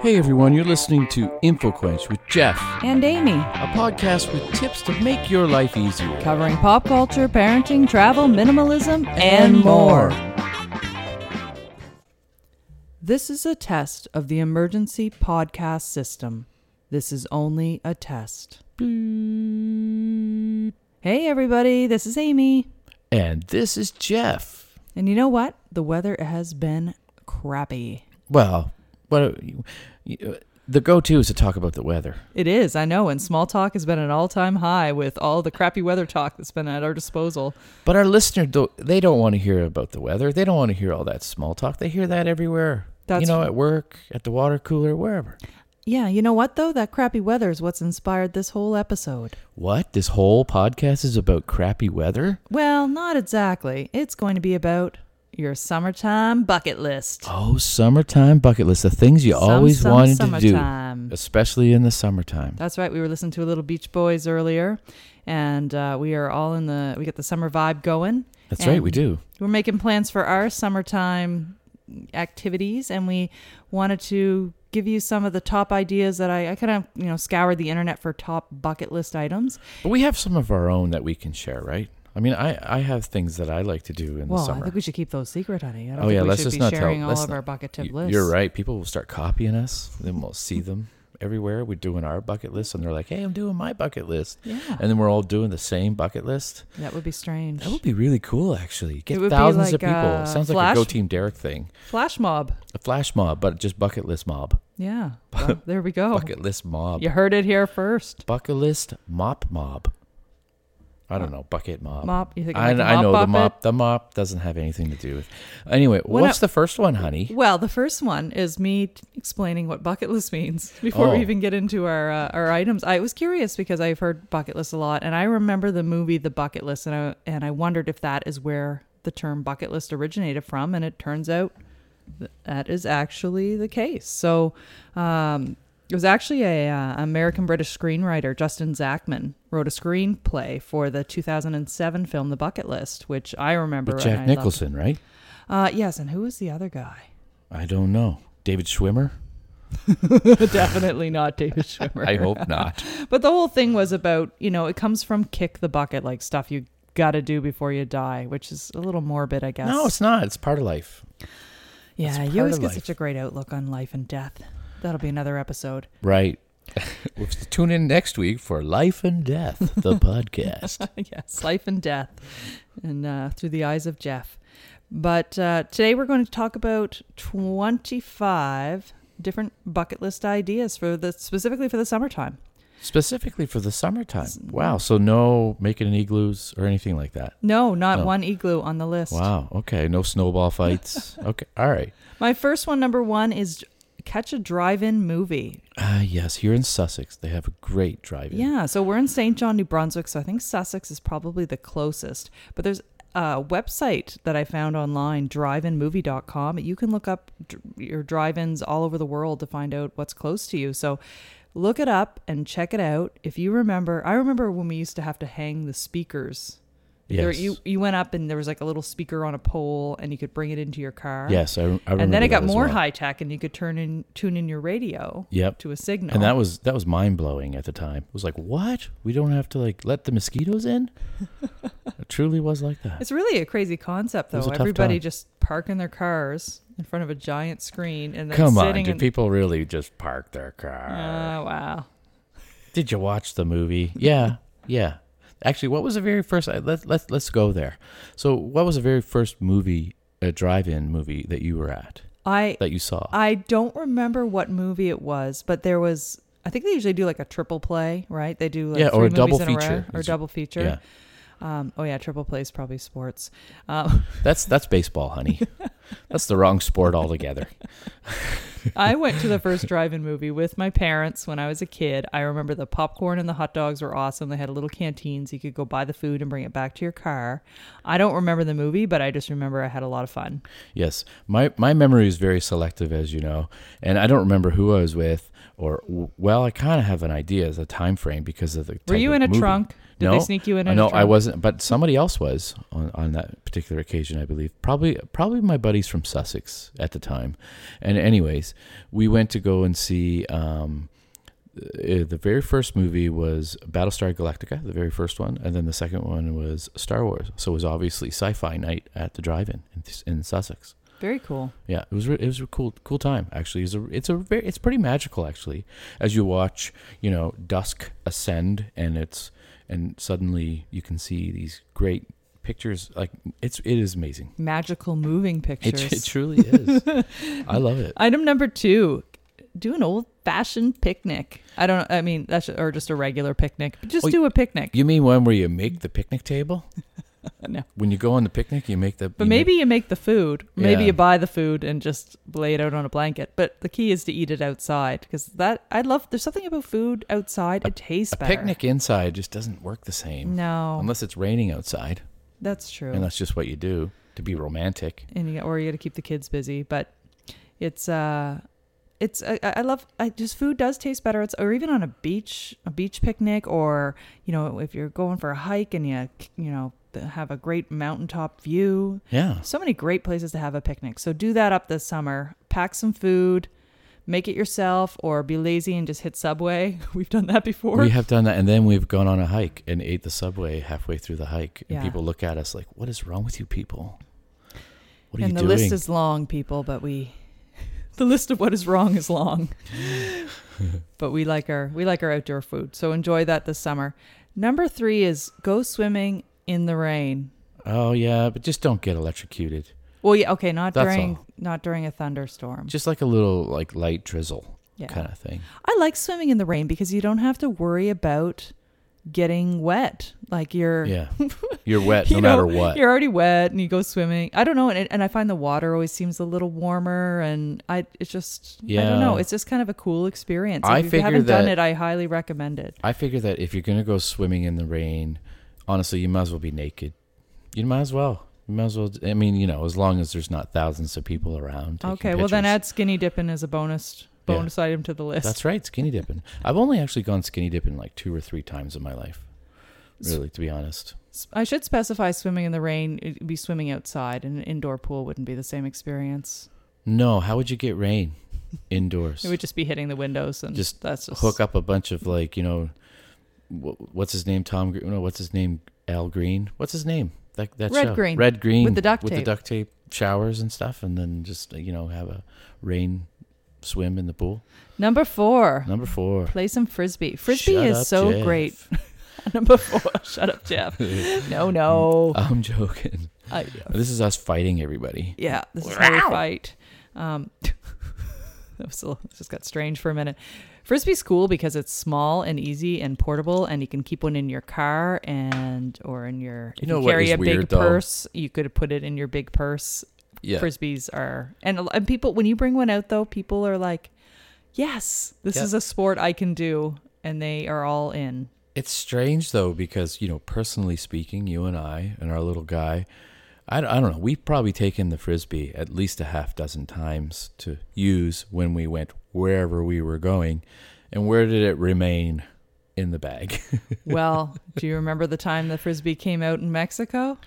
Hey everyone, you're listening to InfoQuench with Jeff, and Amy, a podcast with tips to make your life easier. covering pop culture, parenting, travel, minimalism, and more. This is a test of the emergency podcast system. This is only a test. Hey everybody, this is Amy. And this is Jeff. And you know what? The weather has been crappy. Well, what you- you- the go-to is to talk about the weather. It is, I know, and small talk has been an all-time high with all the crappy weather talk that's been at our disposal. But our listener, do- they don't want to hear about the weather. They don't want to hear all that small talk. They hear that everywhere. you That's- know, at work, at the water cooler, wherever. Yeah, you know what though? That crappy weather is what's inspired this whole episode. What? This whole podcast is about crappy weather? Well, not exactly. It's going to be about your summertime bucket list. Oh, summertime bucket list. The things you Some- always some wanted to summertime. do, especially in the summertime. That's right. We were listening to a little Beach Boys earlier, and uh, we are all in the we got the summer vibe going. That's And right, we do. We're making plans for our summertime activities, and we wanted to give you some of the top ideas that I, I kind of you know scoured the internet for top bucket list items. But we have some of our own that we can share, right? I mean, I, I have things that I like to do in Well, the I summer. think we should keep those secret, honey. I don't Oh, think yeah, we let's should just be not tell- sharing all let's of not- our bucket Y- tip lists. You're right. People will start copying us. Then we'll see them everywhere. We're doing our bucket list, and they're like, "Hey, I'm doing my bucket list," Yeah, and then we're all doing the same bucket list. that would be strange. That would be really cool, actually. Get It would be thousands of like, people. uh, Sounds like flash- a Go Team Derek thing, Flash mob. a flash mob, but just bucket list mob. Yeah. Well, there we go. Bucket list mob. You heard it here first. Bucket list mop mob. I don't know bucket mob. Mop. You think I, like the I know the mop mop. The mop doesn't have anything to do with. Anyway, What what's I- the first one, honey? Well, the first one is me t- explaining what bucket list means before Oh. we even get into our uh, our items. I was curious because I've heard bucket list a lot, and I remember the movie The Bucket List, and I and I wondered if that is where the term bucket list originated from, and it turns out th- that is actually the case. So. Um, it was actually a uh, American British screenwriter, Justin Zachman, wrote a screenplay for the 2007 film The Bucket List, which I remember. With and Jack I loved. Nicholson, right? Uh, yes, and who was the other guy? I don't know. David Schwimmer? Definitely not David Schwimmer. I hope not. But the whole thing was about, you know, it comes from kick the bucket, like stuff you got to do before you die, which is a little morbid, I guess. No, it's not. It's part of life. yeah, it's part you always of get life. such a great outlook on life and death. That'll be another episode. Right. We'll have to Tune in next week for Life and Death, the podcast. yes, life and death, and uh, through the eyes of Jeff. But uh, today we're going to talk about 25 different bucket list ideas for the specifically for the summertime. Specifically for the summertime. Wow. So, no making any igloos or anything like that. No, not Oh. one igloo on the list. Wow. Okay. No snowball fights. Okay. All right. My first one, number one, is catch a drive-in movie. Ah, yes. Here in Sussex, they have a great drive in. Yeah, so we're in St. John, New Brunswick, so I think Sussex is probably the closest. But there's a website that I found online, driveinmovie.com. You can look up dr- your drive-ins all over the world to find out what's close to you. So look it up and check it out. If you remember, I remember when we used to have to hang the speakers. Yes. There, you you went up and there was like a little speaker on a pole and you could bring it into your car. Yes. I, I remember. and then it that got as more well. high tech, and you could turn in tune in your radio Yep. to a signal. And that was that was mind blowing at the time. It was like, what? We don't have to like let the mosquitoes in. it truly was like that. it's really a crazy concept, It though. was a tough Everybody time. just parking their cars in front of a giant screen, and then Come on, sitting do in- people really just park their car? Oh, wow. Did you watch the movie? Yeah, yeah. Actually, what was the very first? I- Let let let's go there. So, what was the very first movie, a drive-in movie that you were at I that you saw? I don't remember what movie it was, but there was. I think they usually do like a triple play, right? They do like Yeah, three or a movies double in a row, feature. or It's- double feature. yeah, Um, oh yeah, triple play is probably sports. Um, that's that's baseball, honey. that's the wrong sport altogether. I went to the first drive-in movie with my parents when I was a kid. I remember the popcorn and the hot dogs were awesome. They had a little canteen so you could go buy the food and bring it back to your car. I don't remember the movie, but I just remember I had a lot of fun. Yes, my my memory is very selective, as you know, and I don't remember who I was with, or well, I kind of have an idea as a time frame because of the. Were type you of in a movie. trunk? Did no, they sneak you in? Uh, in a no, I trunk? wasn't, but somebody else was on, on that particular occasion, I believe. Probably, probably my buddies from Sussex at the time. And anyways, we went to go and see. Um, uh, the very first movie was Battlestar Galactica, the very first one, and then the second one was Star Wars. So it was obviously Sci-Fi Night at the Drive-In in, in Sussex. Very cool. Yeah, it was re- it was a cool cool time actually. It's a it's a very, it's pretty magical actually as you watch you know dusk ascend and it's and suddenly you can see these great pictures like it's it is amazing. Magical moving It, pictures. it truly is. I love it. Item number two, do an old fashioned picnic. I don't. I mean, that's or just a regular picnic. Just Well, do a picnic. You mean one where you make the picnic table? No. When you go on the picnic, you make the. but you make- maybe you make the food. Maybe Yeah. you buy the food and just lay it out on a blanket. But the key is to eat it outside because that I love. There's something about food outside. it tastes a better. picnic inside just doesn't work the same No, unless it's raining outside, that's true. and that's just what you do to be romantic. and you, or you got to keep the kids busy. But it's uh, it's I, I I love I just food does taste better. It's or even on a beach, a beach picnic, or you know if you're going for a hike and you you know have a great mountaintop view. Yeah. So many great places to have a picnic. So do that up this summer. Pack some food. Make it yourself or be lazy and just hit Subway. We've done that before. we have done that, and then we've gone on a hike and ate the subway halfway through the hike, and Yeah. people look at us like, "What is wrong with you people? What are and you the doing?" list is long, people, but we the list of what is wrong is long. but we like our we like our outdoor food. So enjoy that this summer. Number 3 is go swimming in the rain. oh yeah, but just don't get electrocuted. Well, yeah, okay, not That's during all. not during a thunderstorm. Just like a little like light drizzle yeah. kind of thing. I like swimming in the rain because you don't have to worry about getting wet. Like you're Yeah, you're wet no You matter know, what. You're already wet and you go swimming. I don't know. And, and I find the water always seems a little warmer. And I, it's just, I Yeah. don't know. It's just kind of a cool experience. I if you figure haven't done that- it, I highly recommend it. I figure that if you're gonna go swimming in the rain, honestly, you might as well be naked. You might as well. You might as well. I mean, you know, as long as there's not thousands of people around. taking Okay. Well, then pictures. add skinny dipping as a bonus Yeah. bonus item to the list. That's right, skinny dipping. I've only actually gone skinny dipping like two or three times in my life. Really, to be honest. S- I should specify swimming in the rain. It'd be swimming outside, and an indoor pool wouldn't be the same experience. No, how would you get rain indoors? It would just be hitting the windows and Just that's just Hook up a bunch of like you know, wh- what's his name? Tom Green? No, what's his name? Al Green? What's his name? That that Red show. Green. Red Green With the duct with tape. the duct tape showers and stuff, and then just you know have a rain swim in the pool. Number four. Number four. Play some frisbee. Frisbee Shut is up, so Jeff. great. Number four. Shut up, Jeff. No, no. I'm joking. I, This is us fighting everybody. yeah, this is how we fight. Um, that was a, little- it just got strange for a minute. Frisbee's cool because it's small and easy and portable, and you can keep one in your car and or in your. If you, know what carry is a big weird, though? purse, you could put it in your big purse. Yeah. Frisbees are and a- and people when you bring one out though, people are like, "Yes, this Yeah. is a sport I can do," and they are all in. It's strange though because you know, personally speaking, you and I and our little guy, I, I don't know. We've probably taken the frisbee at least a half dozen times to use when we went wherever we were going, and where did it remain? In the bag. Well, do you remember the time the frisbee came out in Mexico?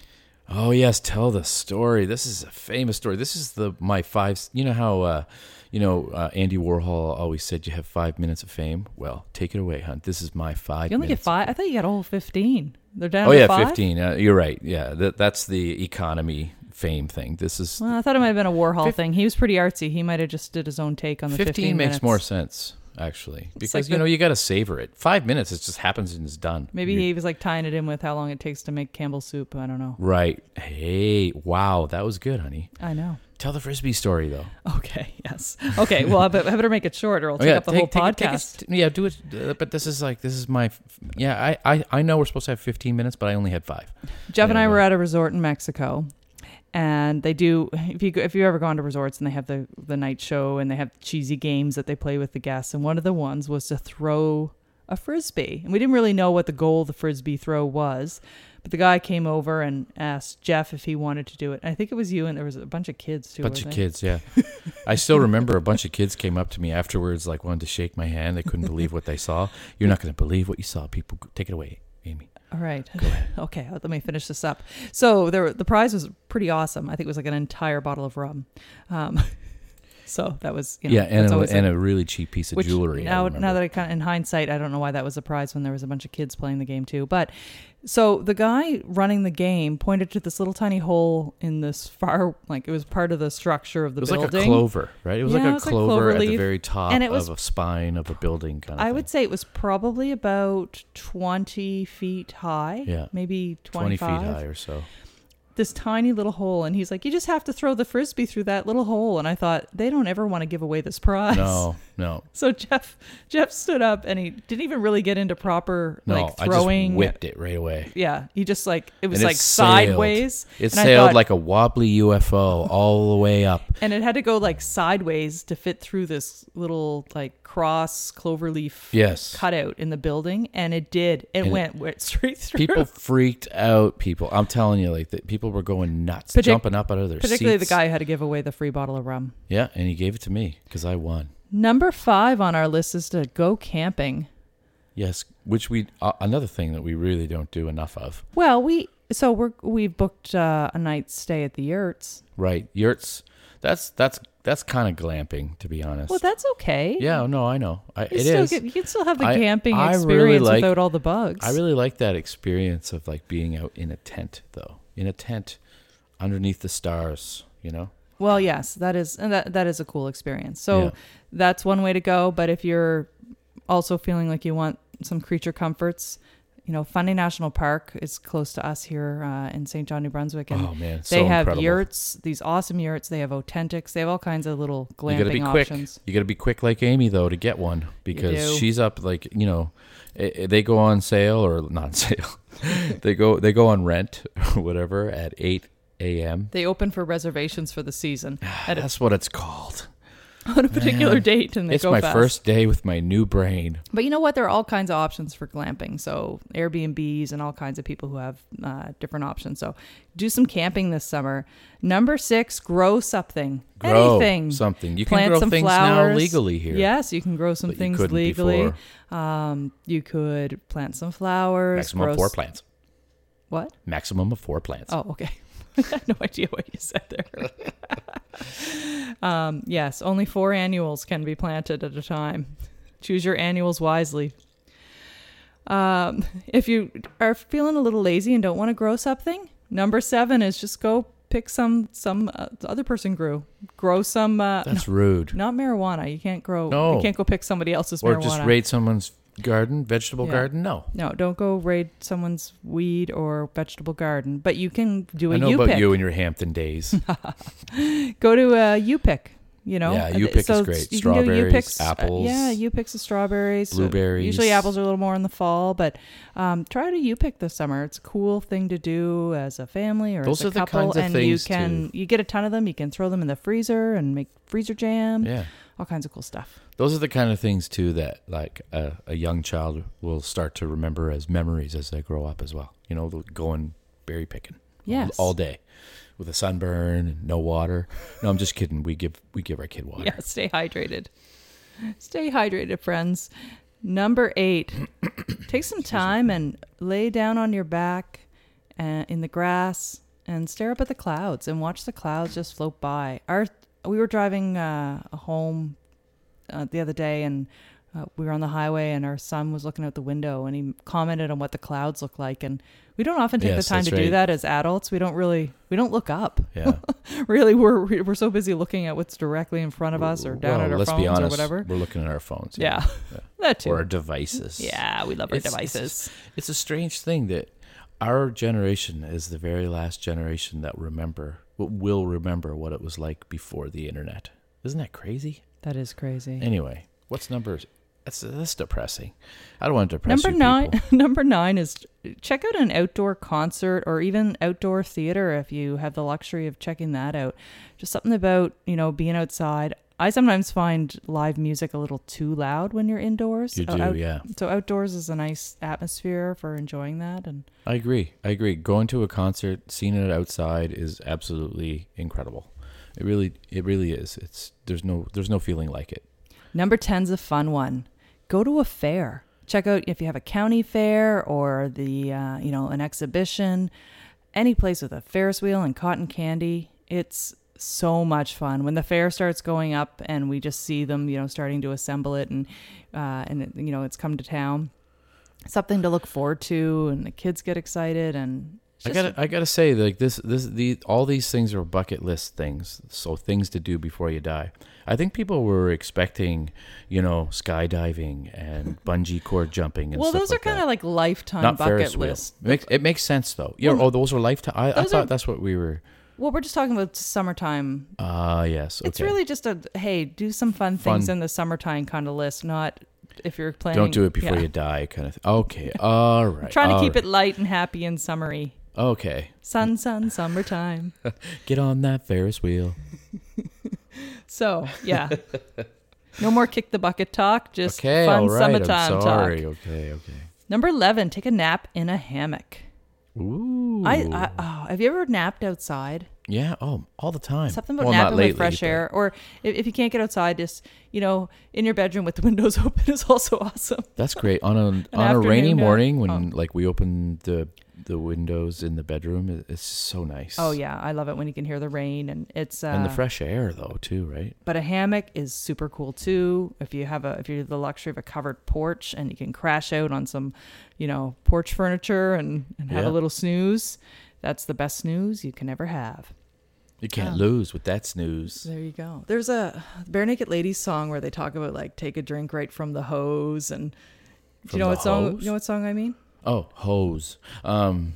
oh yes, tell the story. This is a famous story. This is the my five. You know how, uh, you know, uh, Andy Warhol always said you have five minutes of fame. Well, take it away, Hunt. This is my five. You only minutes get five. I thought you got a whole fifteen. They're down Oh to yeah, five? fifteen. Uh, you're right. Yeah, that, that's the economy fame thing. This is Well, I thought it might have been a Warhol thing. He was pretty artsy. He might have just did his own take on the fifteen, 15, makes minutes. more sense actually because like you the- know you got to savor it. Five minutes, it just happens and it's done. Maybe You- he was like tying it in with how long it takes to make Campbell soup. I don't know. right. Hey, wow, that was good, honey. I know. Tell the frisbee story though. Okay. Yes. Okay. Well, I bet- I better make it short, or I'll Oh, take yeah, up the take- whole take it- podcast. take it- yeah, do it. uh, But this is like this is my f- yeah. I, I I know we're supposed to have fifteen minutes, but I only had five. Jeff and Yeah, I yeah. were at a resort in Mexico, and they do. If you go, if you ever gone to resorts and they have the the night show and they have cheesy games that they play with the guests, and one of the ones was to throw a frisbee, and we didn't really know what the goal of the frisbee throw was, but the guy came over and asked Jeff if he wanted to do it. And I think it was you, and there was a bunch of kids too. bunch of weren't they? kids, yeah. I still remember a bunch of kids came up to me afterwards, like wanted to shake my hand. They couldn't believe what they saw. You're not going to believe what you saw. People, take it away, Amy. All right. okay, let me finish this up. So there, the prize was pretty awesome. I think it was like an entire bottle of rum. Um, so that was you know, yeah, and that's a, always and a really cheap piece of which jewelry. I Now, remember. now that I kind of in hindsight, I don't know why that was a prize when there was a bunch of kids playing the game too. But so the guy running the game pointed to this little tiny hole in this far, like it was part of the structure of the it was building. like a clover, right? It was Yeah, like it a was like clover, clover at the leaf. very top And it was- of a spine of a building, kind of. I thing. would say it was probably about 20 feet high. Yeah. Maybe 20 feet 25. high or so. This tiny little hole. And he's like, you just have to throw the frisbee through that little hole. And I thought, they don't ever want to give away this prize. No, no, So Jeff Jeff stood up and he didn't even really get into proper no. like throwing I just whipped it right away. Yeah, he just like it was And it like sailed. sideways. It and I sailed thought- like a wobbly UFO all the way up. and it had to go like sideways to fit through this little like cross cloverleaf Yes. cutout in the building, and it did. It And it- went went straight through. People freaked out. People, I'm telling you, like that. People were going nuts, Partic- jumping up out of their particularly seats. the guy who had to give away the free bottle of rum. Yeah, and he gave it to me because I won. Number five on our list is to go camping. Yes, which we uh, another thing that we really don't do enough of. Well, we so we're we booked uh, a night stay at the Yurts. Right, yurts. That's that's that's kind of glamping, to be honest. Well, that's okay. yeah, no, I know. I, You it still is. Get, you can still have the I- camping I really experience like- without all the bugs. I really like that experience of like being out in a tent, though. In a tent, underneath the stars. You know. Well, yes, that is and that that is a cool experience. So Yeah. that's one way to go. But if you're also feeling like you want some creature comforts, you know, Fundy National Park is close to us here uh, in St. John, New Brunswick, and Oh man, so they have incredible. yurts, these awesome yurts. They have authentics. They have all kinds of little glamping You gotta be quick. options. You gotta be quick like Amy though to get one because do. she's up like you know, eh, eh, they go on sale or not on sale. they go they go on rent or whatever at eight a.m. They open for reservations for the season at a, That's what it's called. on a particular Man. date, and they It's go my fast. first day with my new brain. But you know what? There are all kinds of options for glamping. So Airbnbs and all kinds of people who have uh, different options. So do some camping this summer. Number six, grow something. Grow Anything. something. You Plant can grow some things flowers. now legally here. Yes, you can grow some But you things couldn't legally. before. Um, you could plant some flowers. Maximum grow of four s- plants. What? Maximum of four plants. Oh, okay. I had no idea what you said there. um, yes, only four annuals can be planted at a time. Choose your annuals wisely. Um, if you are feeling a little lazy and don't want to grow something, number seven is just go pick some some uh, the other person grew. Grow some uh, That's rude. not marijuana. You can't grow. No. You can't go pick somebody else's or marijuana. just raid someone's garden, vegetable Yeah. garden. No. no, don't go raid someone's weed or vegetable garden. But you can do a I know you about pick. you and your Hampton days. go to uh, U Pick. You know, Uh, Yeah, U-Pick So is great. you can do Strawberries, U-Picks, uh, apples, yeah, U Picks of strawberries, blueberries. Usually apples are a little more in the fall, but um, try to U Pick this summer. It's a cool thing to do as a family or Those as a are the couple, kinds of and things you can you get a ton of them. You can throw them in the freezer and make freezer jam. yeah. All kinds of cool stuff. Those are the kind of things too that like a, a young child will start to remember as memories as they grow up as well. You know, the going berry picking. all- Yes. All, day with a sunburn and no water. No, I'm just kidding. We give we give our kid water. Yeah, stay hydrated. Stay hydrated, friends. Number eight, take some time and lay down on your back uh, in the grass and stare up at the clouds and watch the clouds just float by. Our we were driving uh, home uh, the other day and uh, we were on the highway and our son was looking out the window and he commented on what the clouds look like and we don't often take Yes, the time that's to do right. that as adults. We don't really we don't look up Yeah. really we're we're so busy looking at what's directly in front of us or down Well, at our let's phones be honest, or whatever. We're looking at our phones. Yeah. Yeah. that too. Or our devices. yeah, we love our It's- it's- devices. It's a strange thing that our generation is the very last generation that remember what will remember what it was like before the internet. Isn't that crazy? That is crazy. Anyway, what's number? That's that's depressing. I don't want to depress Number you nine, people. number nine is check out an outdoor concert or even outdoor theater if you have the luxury of checking that out. Just something about you know being outside. I sometimes find live music a little too loud when you're indoors. You Out- do, out- yeah. So outdoors is a nice atmosphere for enjoying that, and I agree. I agree. Going to a concert, seeing it outside is absolutely incredible. It really, it really is. It's there's no there's no feeling like it. Number 10's a fun one. Go to a fair. check out if you have a county fair or the uh, you know an exhibition, any place with a Ferris wheel and cotton candy. It's so much fun when the fair starts going up and we just see them you know starting to assemble it and uh, and it, you know it's come to town. Something to look forward to, and the kids get excited, and it's I just- gotta, I gotta say, like this, this, the, all these things are bucket list things. So things to do before you die. I think people were expecting, you know, skydiving and bungee cord jumping and well, stuff those are like kind that. of like lifetime not bucket Ferris wheel. lists. It makes, it makes sense though. Yeah. oh, those are lifetime. I, I those thought are- that's what we were. Well, we're just talking about summertime. Ah, yes. Okay. It's really just a hey, do some fun things in the summertime kind of list, not if you're planning. Don't do it before yeah. you Oh. die, kind of. Thing. Okay. All right. Trying to keep it light and happy and summery. it. Okay. Sun, sun, summertime. Get on that Ferris wheel. So yeah, no more kick the bucket talk. Just Okay. fun all right. summertime I'm sorry. talk. Okay. Okay. Number eleven: take a nap in a hammock. Ooh. I, I oh, have you ever napped outside? yeah. Oh, all the time. Something about well, not napping lately, with fresh but- air, or if, if you can't get outside, just you know, in your bedroom with the windows open is also awesome. That's great. On a on a rainy afternoon uh, oh. nap. morning when like we open the the windows in the bedroom, it, it's so nice. Oh yeah, I love it when you can hear the rain and it's uh, And the fresh air though too, right? but a hammock is super cool too. If you have a if you're the luxury of a covered porch and you can crash out on some, you know, porch furniture and, and have Yeah. a little snooze, that's the best snooze you can ever have. You can't lose with that snooze. There you go. There's a Bare Naked Ladies song where they talk about like take a drink right from the hose and do From you know the what song hose? you know what song I mean? Oh, hose. Um,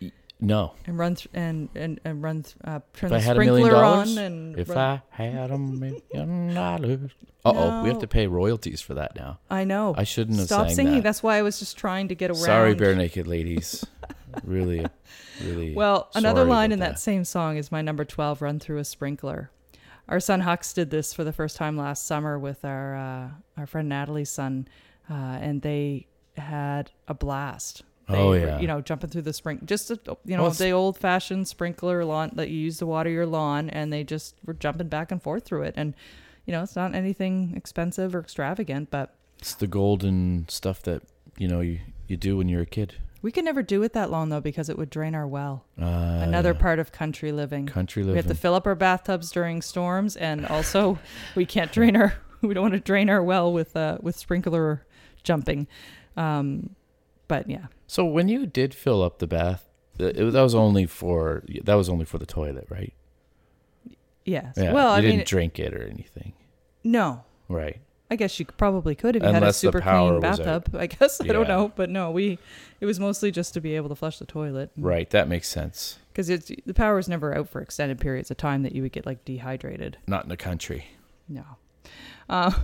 y- no. And run th- and, and and run th- uh, turn If the I had a sprinkler million dollars, on and if run- I had a million dollars. Uh oh, we have No. to pay royalties for that now. I know. I shouldn't have Stop sang singing. that. That's why I was just trying to get around. Sorry, bare naked ladies. really, really. Well, another sorry line about in that same song is my number 12 run through a sprinkler. Our son Hux did this for the first time last summer with our uh, our friend Natalie's son uh, and they had a blast. They Oh, were, yeah. you know, jumping through the spring, just a, you know, Well, it's- the old-fashioned sprinkler lawn that you use to water your lawn, and they just were jumping back and forth through it. And you know, it's not anything expensive or extravagant, but It's the golden stuff that you know you, you do when you're a kid. we could never do it that long though because it would drain our well. Uh, Another part of country living. country We have living. to fill up our bathtubs during storms, and also we can't drain our we don't want to drain our well with uh, with sprinkler jumping. Um, but yeah, So when you did fill up the bath, th- it, was- that was only for that was only for the toilet, right? yes. Yeah. well, you I didn't mean, drink it or anything, no. right? I guess you probably could if you had a Unless the super power clean was out. bathtub. I guess I don't Yeah. know, but no, we it was mostly just to be able to flush the toilet Right. That makes sense. because it's the power was never out for extended periods of time that you would get like dehydrated. Not in the country. No. Uh,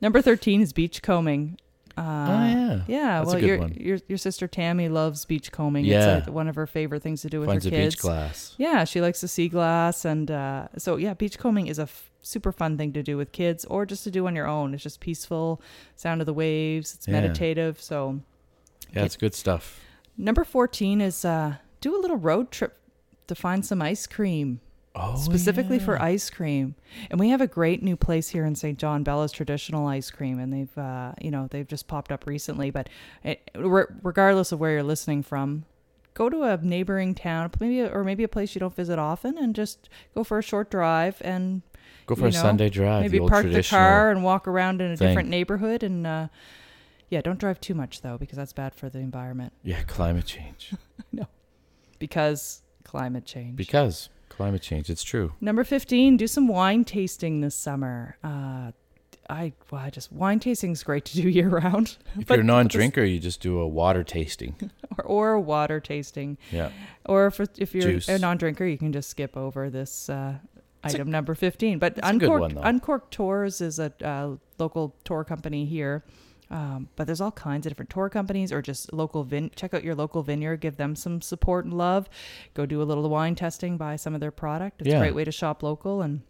number thirteen is beach combing. Uh, oh yeah. Yeah, That's a well, good your, one. your your sister Tammy loves beachcombing. Yeah. It's like one of her favorite things to do with Finds her a kids. beach class. Yeah, she likes the sea glass, and uh, so yeah, beachcombing is a f- super fun thing to do with kids, or just to do on your own. It's just peaceful, sound of the waves. It's Yeah. meditative. So Yeah, it's good stuff. number fourteen is uh, do a little road trip to find some ice cream Oh, specifically yeah. for ice cream. And we have a great new place here in St. John, Bella's Traditional Ice Cream, and they've uh, you know they've just popped up recently. But it, re- regardless of where you're listening from, go to a neighboring town, maybe or maybe a place you don't visit often, and just go for a short drive and go for you a know, Sunday drive. maybe the old park the traditional. car and walk around in a thing. different neighborhood. And uh, yeah, don't drive too much though because that's bad for the environment Yeah, climate change. because climate change. Because climate change, it's true. Number 15, do some wine tasting this summer. Uh, I, well, I just, wine tasting's great to do year round. If But- you're a non-drinker, you just do a water tasting. Or, or water tasting. Yeah. Or if, if you're Juice. a non drinker, you can just skip over this uh, item number 15. But a good Uncorked, one, though. Uncorked Tours is a uh, local tour company here. Um, but there's all kinds of different tour companies or just local vin. Check out your local vineyard, give them some support and love. Go do a little wine testing, buy some of their product. It's Yeah. a great way to shop local and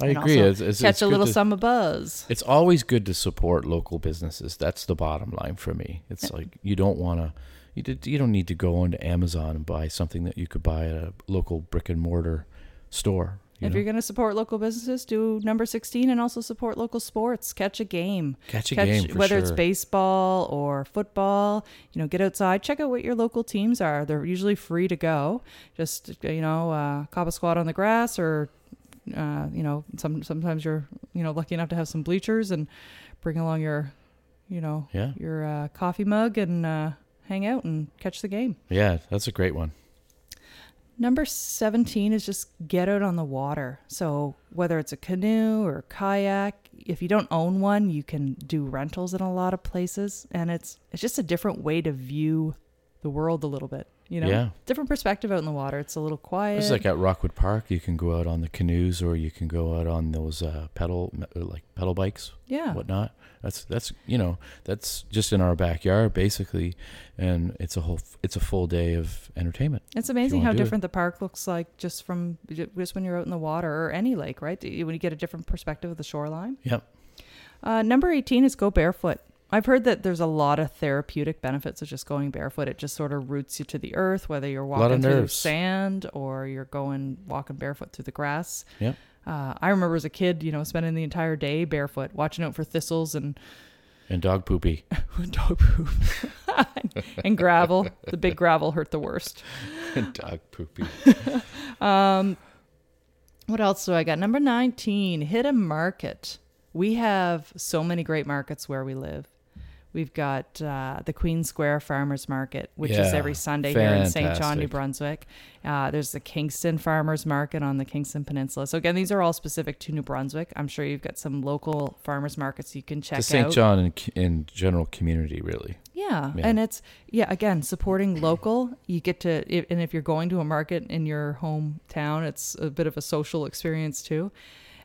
I and agree. also it's, it's, catch it's a good little to- summer buzz. It's always good to support local businesses. That's the bottom line for me. It's like you don't want to, you, did, you don't need to go onto Amazon and buy something that you could buy at a local brick and mortar store. You if know? you're going to support local businesses, do number 16 and also support local sports. Catch a game. Catch a game, for whether it's sure. baseball or football, you know, get outside, check out what your local teams are. They're usually free to go. Just, you know, uh, cop a squat on the grass or, uh, you know, some, sometimes you're, you know, lucky enough to have some bleachers and bring along your, you know, yeah, your uh, coffee mug and uh, hang out and catch the game. yeah, that's a great one. Number 17 is just get out on the water. So, whether it's a canoe or kayak, if you don't own one, you can do rentals in a lot of places and it's it's just a different way to view the world a little bit, you know. Yeah. Different perspective out in the water. It's a little quiet. It's like at Rockwood Park, you can go out on the canoes or you can go out on those uh, pedal like pedal bikes, yeah. whatnot. That's that's you know that's just in our backyard basically, and it's a whole it's a full day of entertainment. It's amazing wanna how do it. different the park looks like just from just when you're out in the water or any lake, right? When you get a different perspective of the shoreline. Yep. Uh, number 18 is go barefoot. I've heard that there's a lot of therapeutic benefits of just going barefoot. It just sort of roots you to the earth, whether you're Lot of walking through the nerves. sand or you're going walking barefoot through the grass. Yep. Uh, I remember as a kid, you know, spending the entire day barefoot, watching out for thistles and And dog poopy. dog poop and gravel. The big gravel hurt the worst. dog poopy. What else do I got? Number 19, hit a market. We have so many great markets where we live. We've got uh, the Queen Square Farmers Market, which is Yeah, every Sunday here in St. John, New fantastic. Brunswick. Uh, there's the Kingston Farmers Market on the Kingston Peninsula. So, again, these are all specific to New Brunswick. I'm sure you've got some local farmers markets you can check The St. out. John and, and general community really. Yeah. Yeah. And it's, yeah, again, supporting local. You get to, i- and if you're going to a market in your hometown, it's a bit of a social experience too.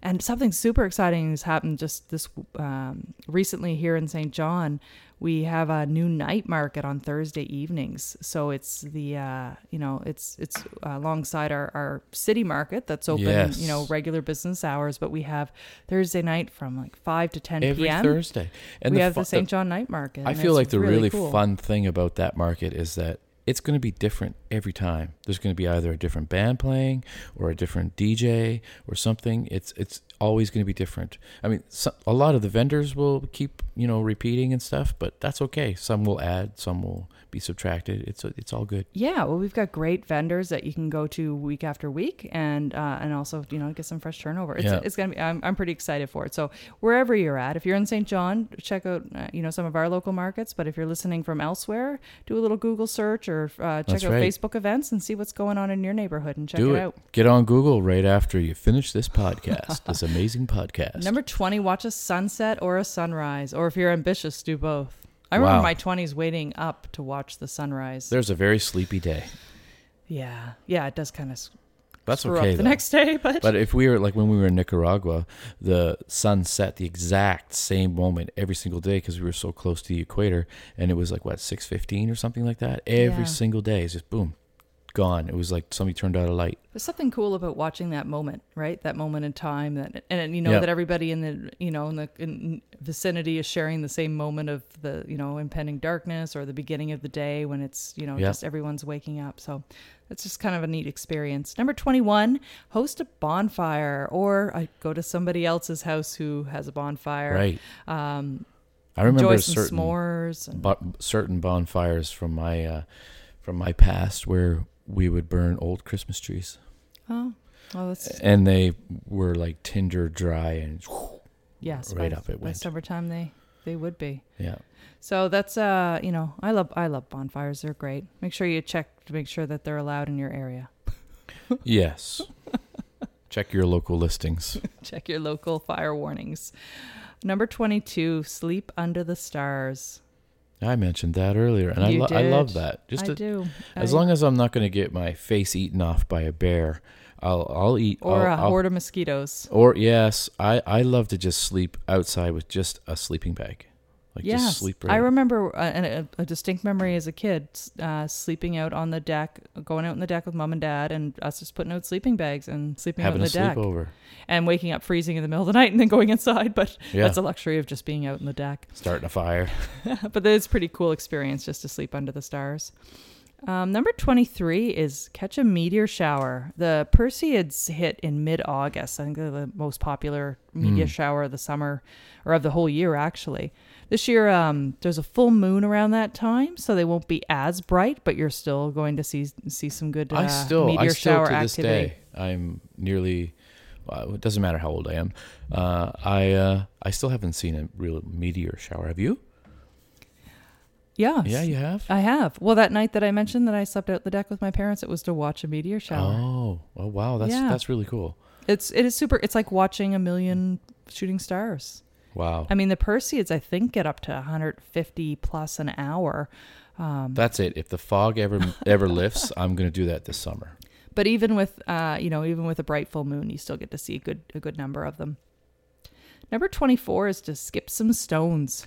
And something super exciting has happened just this um, recently here in St. John. We have a new night market on Thursday evenings. So it's the, uh, you know, it's, it's alongside our, our city market that's open, Yes. you know, regular business hours, but we have Thursday night from like 5 to 10 Every p.m. Thursday. And we have fu- the St. John night market. I and feel it's like the really, cool. fun thing about that market is that it's going to be different every time. There's going to be either a different band playing or a different DJ or something. It's it's always going to be different. I mean, so, a lot of the vendors will keep you know repeating and stuff, but that's okay. Some will add, some will be subtracted. It's it's all good. Yeah, well, we've got great vendors that you can go to week after week, and uh, and also you know get some fresh turnover. It's, Yeah. it's gonna be. I'm, I'm pretty excited for it. So wherever you're at, if you're in St. John, check out uh, you know some of our local markets. But if you're listening from elsewhere, do a little Google search or uh, check That's out right. Facebook events and see what's going on in your neighborhood and check Do it it. out. Get on Google right after you finish this podcast. this amazing podcast. Number 20, watch a sunset or a sunrise, or if you're ambitious, do both. I Wow. remember my 20s waiting up to watch the sunrise. There's a very sleepy day. yeah, yeah, it does kind of That's screw okay. up the though. next day, but But if we were like when we were in Nicaragua, the sun set the exact same moment every single day because we were so close to the equator, and it was like what six fifteen or something like that. Every Yeah. single day, it's just boom, gone. It was like somebody turned out a light. There's something cool about watching that moment, right? That moment in time that, and you know Yeah. that everybody in the you know in the in vicinity is sharing the same moment of the you know impending darkness or the beginning of the day when it's you know Yeah. just everyone's waking up. So that's just kind of a neat experience. Number 21, host a bonfire or uh, go to somebody else's house who has a bonfire. Right. Um, I remember enjoy a some certain s'mores. And, bo- certain bonfires from my uh, from my past where we would burn old Christmas trees, oh, well, that's and they were like tinder dry and yes, right by, up it by went. summertime they they would be. yeah. So that's uh, you know, I love I love bonfires. They're great. Make sure you check to make sure that they're allowed in your area. Yes. Check your local listings. check your local fire warnings. Number 22, sleep under the stars. I mentioned that earlier, and I, You lo- I love did. that. Just I a- do. as I- long as I'm not going to get my face eaten off by a bear, I'll I'll eat or I'll- a I'll- horde of mosquitoes. Or yes, I I love to just sleep outside with just a sleeping bag, like just Yes, sleep. I right- remember uh, and a, a distinct memory as a kid s- uh, sleeping out on the deck, going out on the deck with mom and dad, and us just putting out sleeping bags and sleeping having a out on the deck, sleepover. and waking up freezing in the middle of the night, and then going inside. But Yeah, that's a luxury of just being out in the deck. starting a fire. but it's a pretty cool experience just to sleep under the stars. Um, number 23 is Catch a Meteor Shower. The Perseids hit in mid August. I think they're the most popular meteor Hmm. shower of the summer or of the whole year, actually. This year, um, there's a full moon around that time, so they won't be as bright, but you're still going to see see some good uh, I still, meteor I still shower to this activity. day, I'm nearly. Well, it doesn't matter how old I am. Uh, I uh, I still haven't seen a real meteor shower. Have you? Yeah. Yeah, you have. I have. Well, that night that I mentioned that I slept out the deck with my parents, it was to watch a meteor shower. Oh, oh wow, that's Yeah. that's really cool. It's it is super. It's like watching a million shooting stars. Wow, I mean, the Perseids I think get up to 150 plus an hour. Um, that's it. If the fog ever ever lifts, I'm gonna do that this summer. but even with uh, you know even with a bright full moon, you still get to see a good a good number of them. Number 24 is to skip some stones.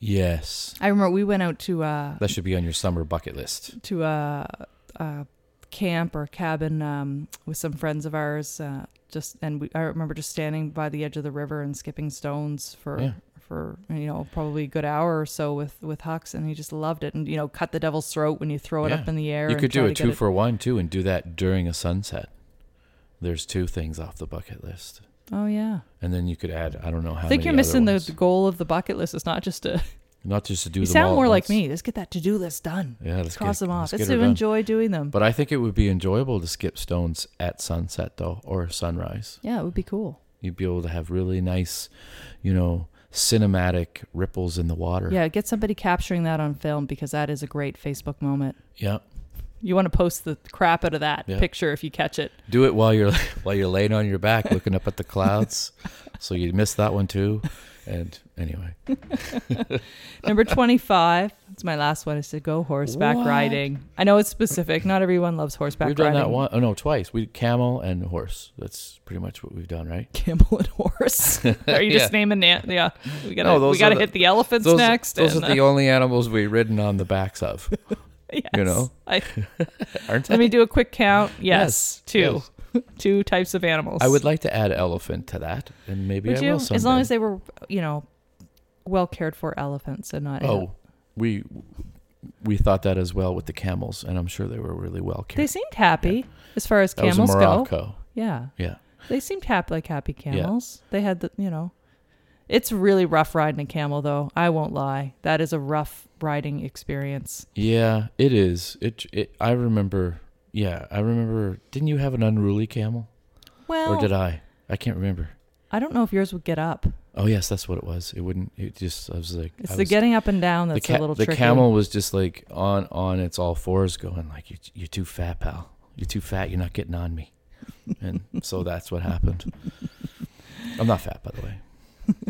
Yes, I remember we went out to uh, that should be on your summer bucket list. to a, a camp or cabin um, with some friends of ours. Uh, just and we, I remember just standing by the edge of the river and skipping stones for Yeah. for you know probably a good hour or so with with Hux, and he just loved it. And you know, cut the devil's throat when you throw it Yeah. up in the air. You and could try do to a get two for one too, and do that during a sunset. There's two things off the bucket list, Oh yeah, and then you could add. I don't know how. I think many you're missing other the, ones. the goal of the bucket list. It's not just to. Not just to do. You them sound all at more like once. me. Let's get that to do list done. Yeah, let's Let's cross get, them off. Let's Let's get her to done. enjoy doing them. But I think it would be enjoyable to skip stones at sunset though, or sunrise. yeah, it would be cool. You'd be able to have really nice, you know, cinematic ripples in the water. Yeah, get somebody capturing that on film because that is a great Facebook moment. Yeah. You want to post the crap out of that Yeah. picture if you catch it. Do it while you're while you're laying on your back looking up at the clouds. so you missed that one too. And anyway. Number 25, it's my last one, is to go horseback What? riding. I know it's specific. Not everyone loves horseback we've done riding. that one oh no, twice. We camel and horse. That's pretty much what we've done, right? Camel and horse. Are you just Yeah. naming that? Yeah. We got to No, those we are gotta the- hit the elephants Those, next. those and uh, are the only animals we've ridden on the backs of, yes. you know. I, aren't they? let me do a quick count. Yes, Yes. two. two types of animals. I would like to add elephant to that, and maybe Would I you? will someday. As long as they were, you know, well cared for elephants and not. Oh, we we thought that as well with the camels, and I'm sure they were really well They cared. seemed happy as far as That was in camels go. Morocco. Yeah. Yeah, They seemed happy, like happy camels. They had the, you know, it's really rough riding a camel, though. I won't lie. That is a rough riding experience. yeah, it is. It, it. I remember. Yeah, I remember. Didn't you have an unruly camel, Well, or did I? I can't remember. I don't know if yours would get up. Oh yes, that's what it was. It wouldn't. It just. I was like. It's I the was- getting up and down that's the, ca- a little the tricky. camel was just like on on its all fours, going like, "You're, you're too fat, pal. You're too fat. You're not getting on me." And so that's what happened. I'm not fat, by the way.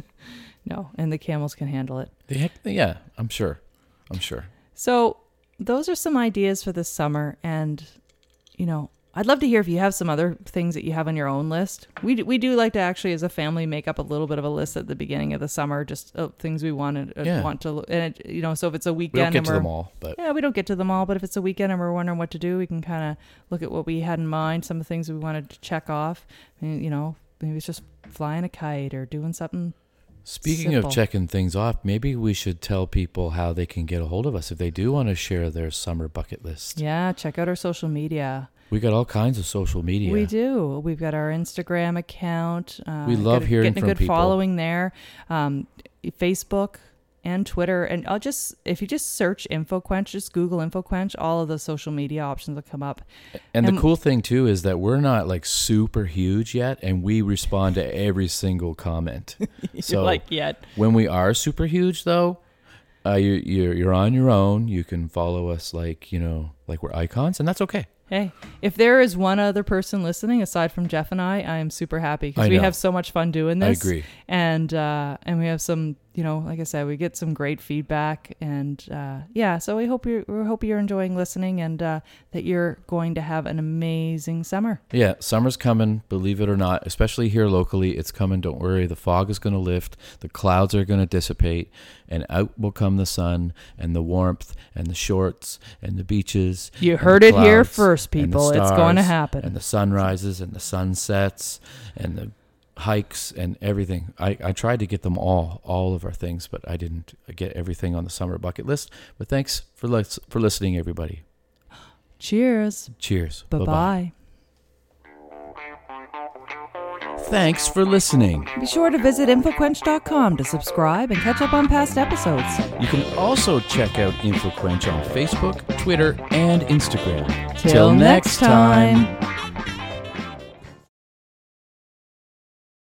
No, and the camels can handle it. The heck, yeah, I'm sure. I'm sure. So, those are some ideas for this summer. And, you know, I'd love to hear if you have some other things that you have on your own list. We do, we do like to actually, as a family, make up a little bit of a list at the beginning of the summer, just uh, things we want to, uh, Yeah. want to, lo- and it, you know, so if it's a We don't weekend get and to we're, them all, but yeah, we don't get to them all, but if it's a weekend and we're wondering what to do, we can kind of look at what we had in mind, some of the things we wanted to check off. And, you know, maybe it's just flying a kite or doing something. speaking Simple. of checking things off, maybe we should tell people how they can get a hold of us if they do want to share their summer bucket list. Yeah, check out our social media. We got all kinds of social media. We do. We've got our Instagram account. Uh, We love got a- hearing getting from a good people. following there. Um, Facebook and Twitter, and I'll just if you just search InfoQuench, just Google InfoQuench, all of the social media options will come up. And, and- the cool thing too is that we're not like super huge yet, and we respond to every single comment. So like yet, when we are super huge though uh, you, you're, you're on your own you can follow us like you know like we're icons and that's okay hey, if there is one other person listening aside from Jeff and I, I am super happy because I we know. have so much fun doing this. i agree and uh, and we have some you know like I said we get some great feedback and uh, yeah so we hope you we hope you're enjoying listening and uh, that you're going to have an amazing summer yeah summer's coming believe it or not especially here locally it's coming don't worry the fog is going to lift the clouds are going to dissipate and out will come the sun and the warmth and the shorts and the beaches you and the heard it here clouds and first the people it's going to stars happen and the sunrises and the sunsets and the hikes and everything. I, I tried to get them all, all of our things, but I didn't get everything on the summer bucket list. But thanks for lis- for listening, everybody. Cheers. Cheers. Bye bye. Thanks for listening. Be sure to visit InfoQuench.com to subscribe and catch up on past episodes. You can also check out InfoQuench on Facebook, Twitter, and Instagram. Till next time.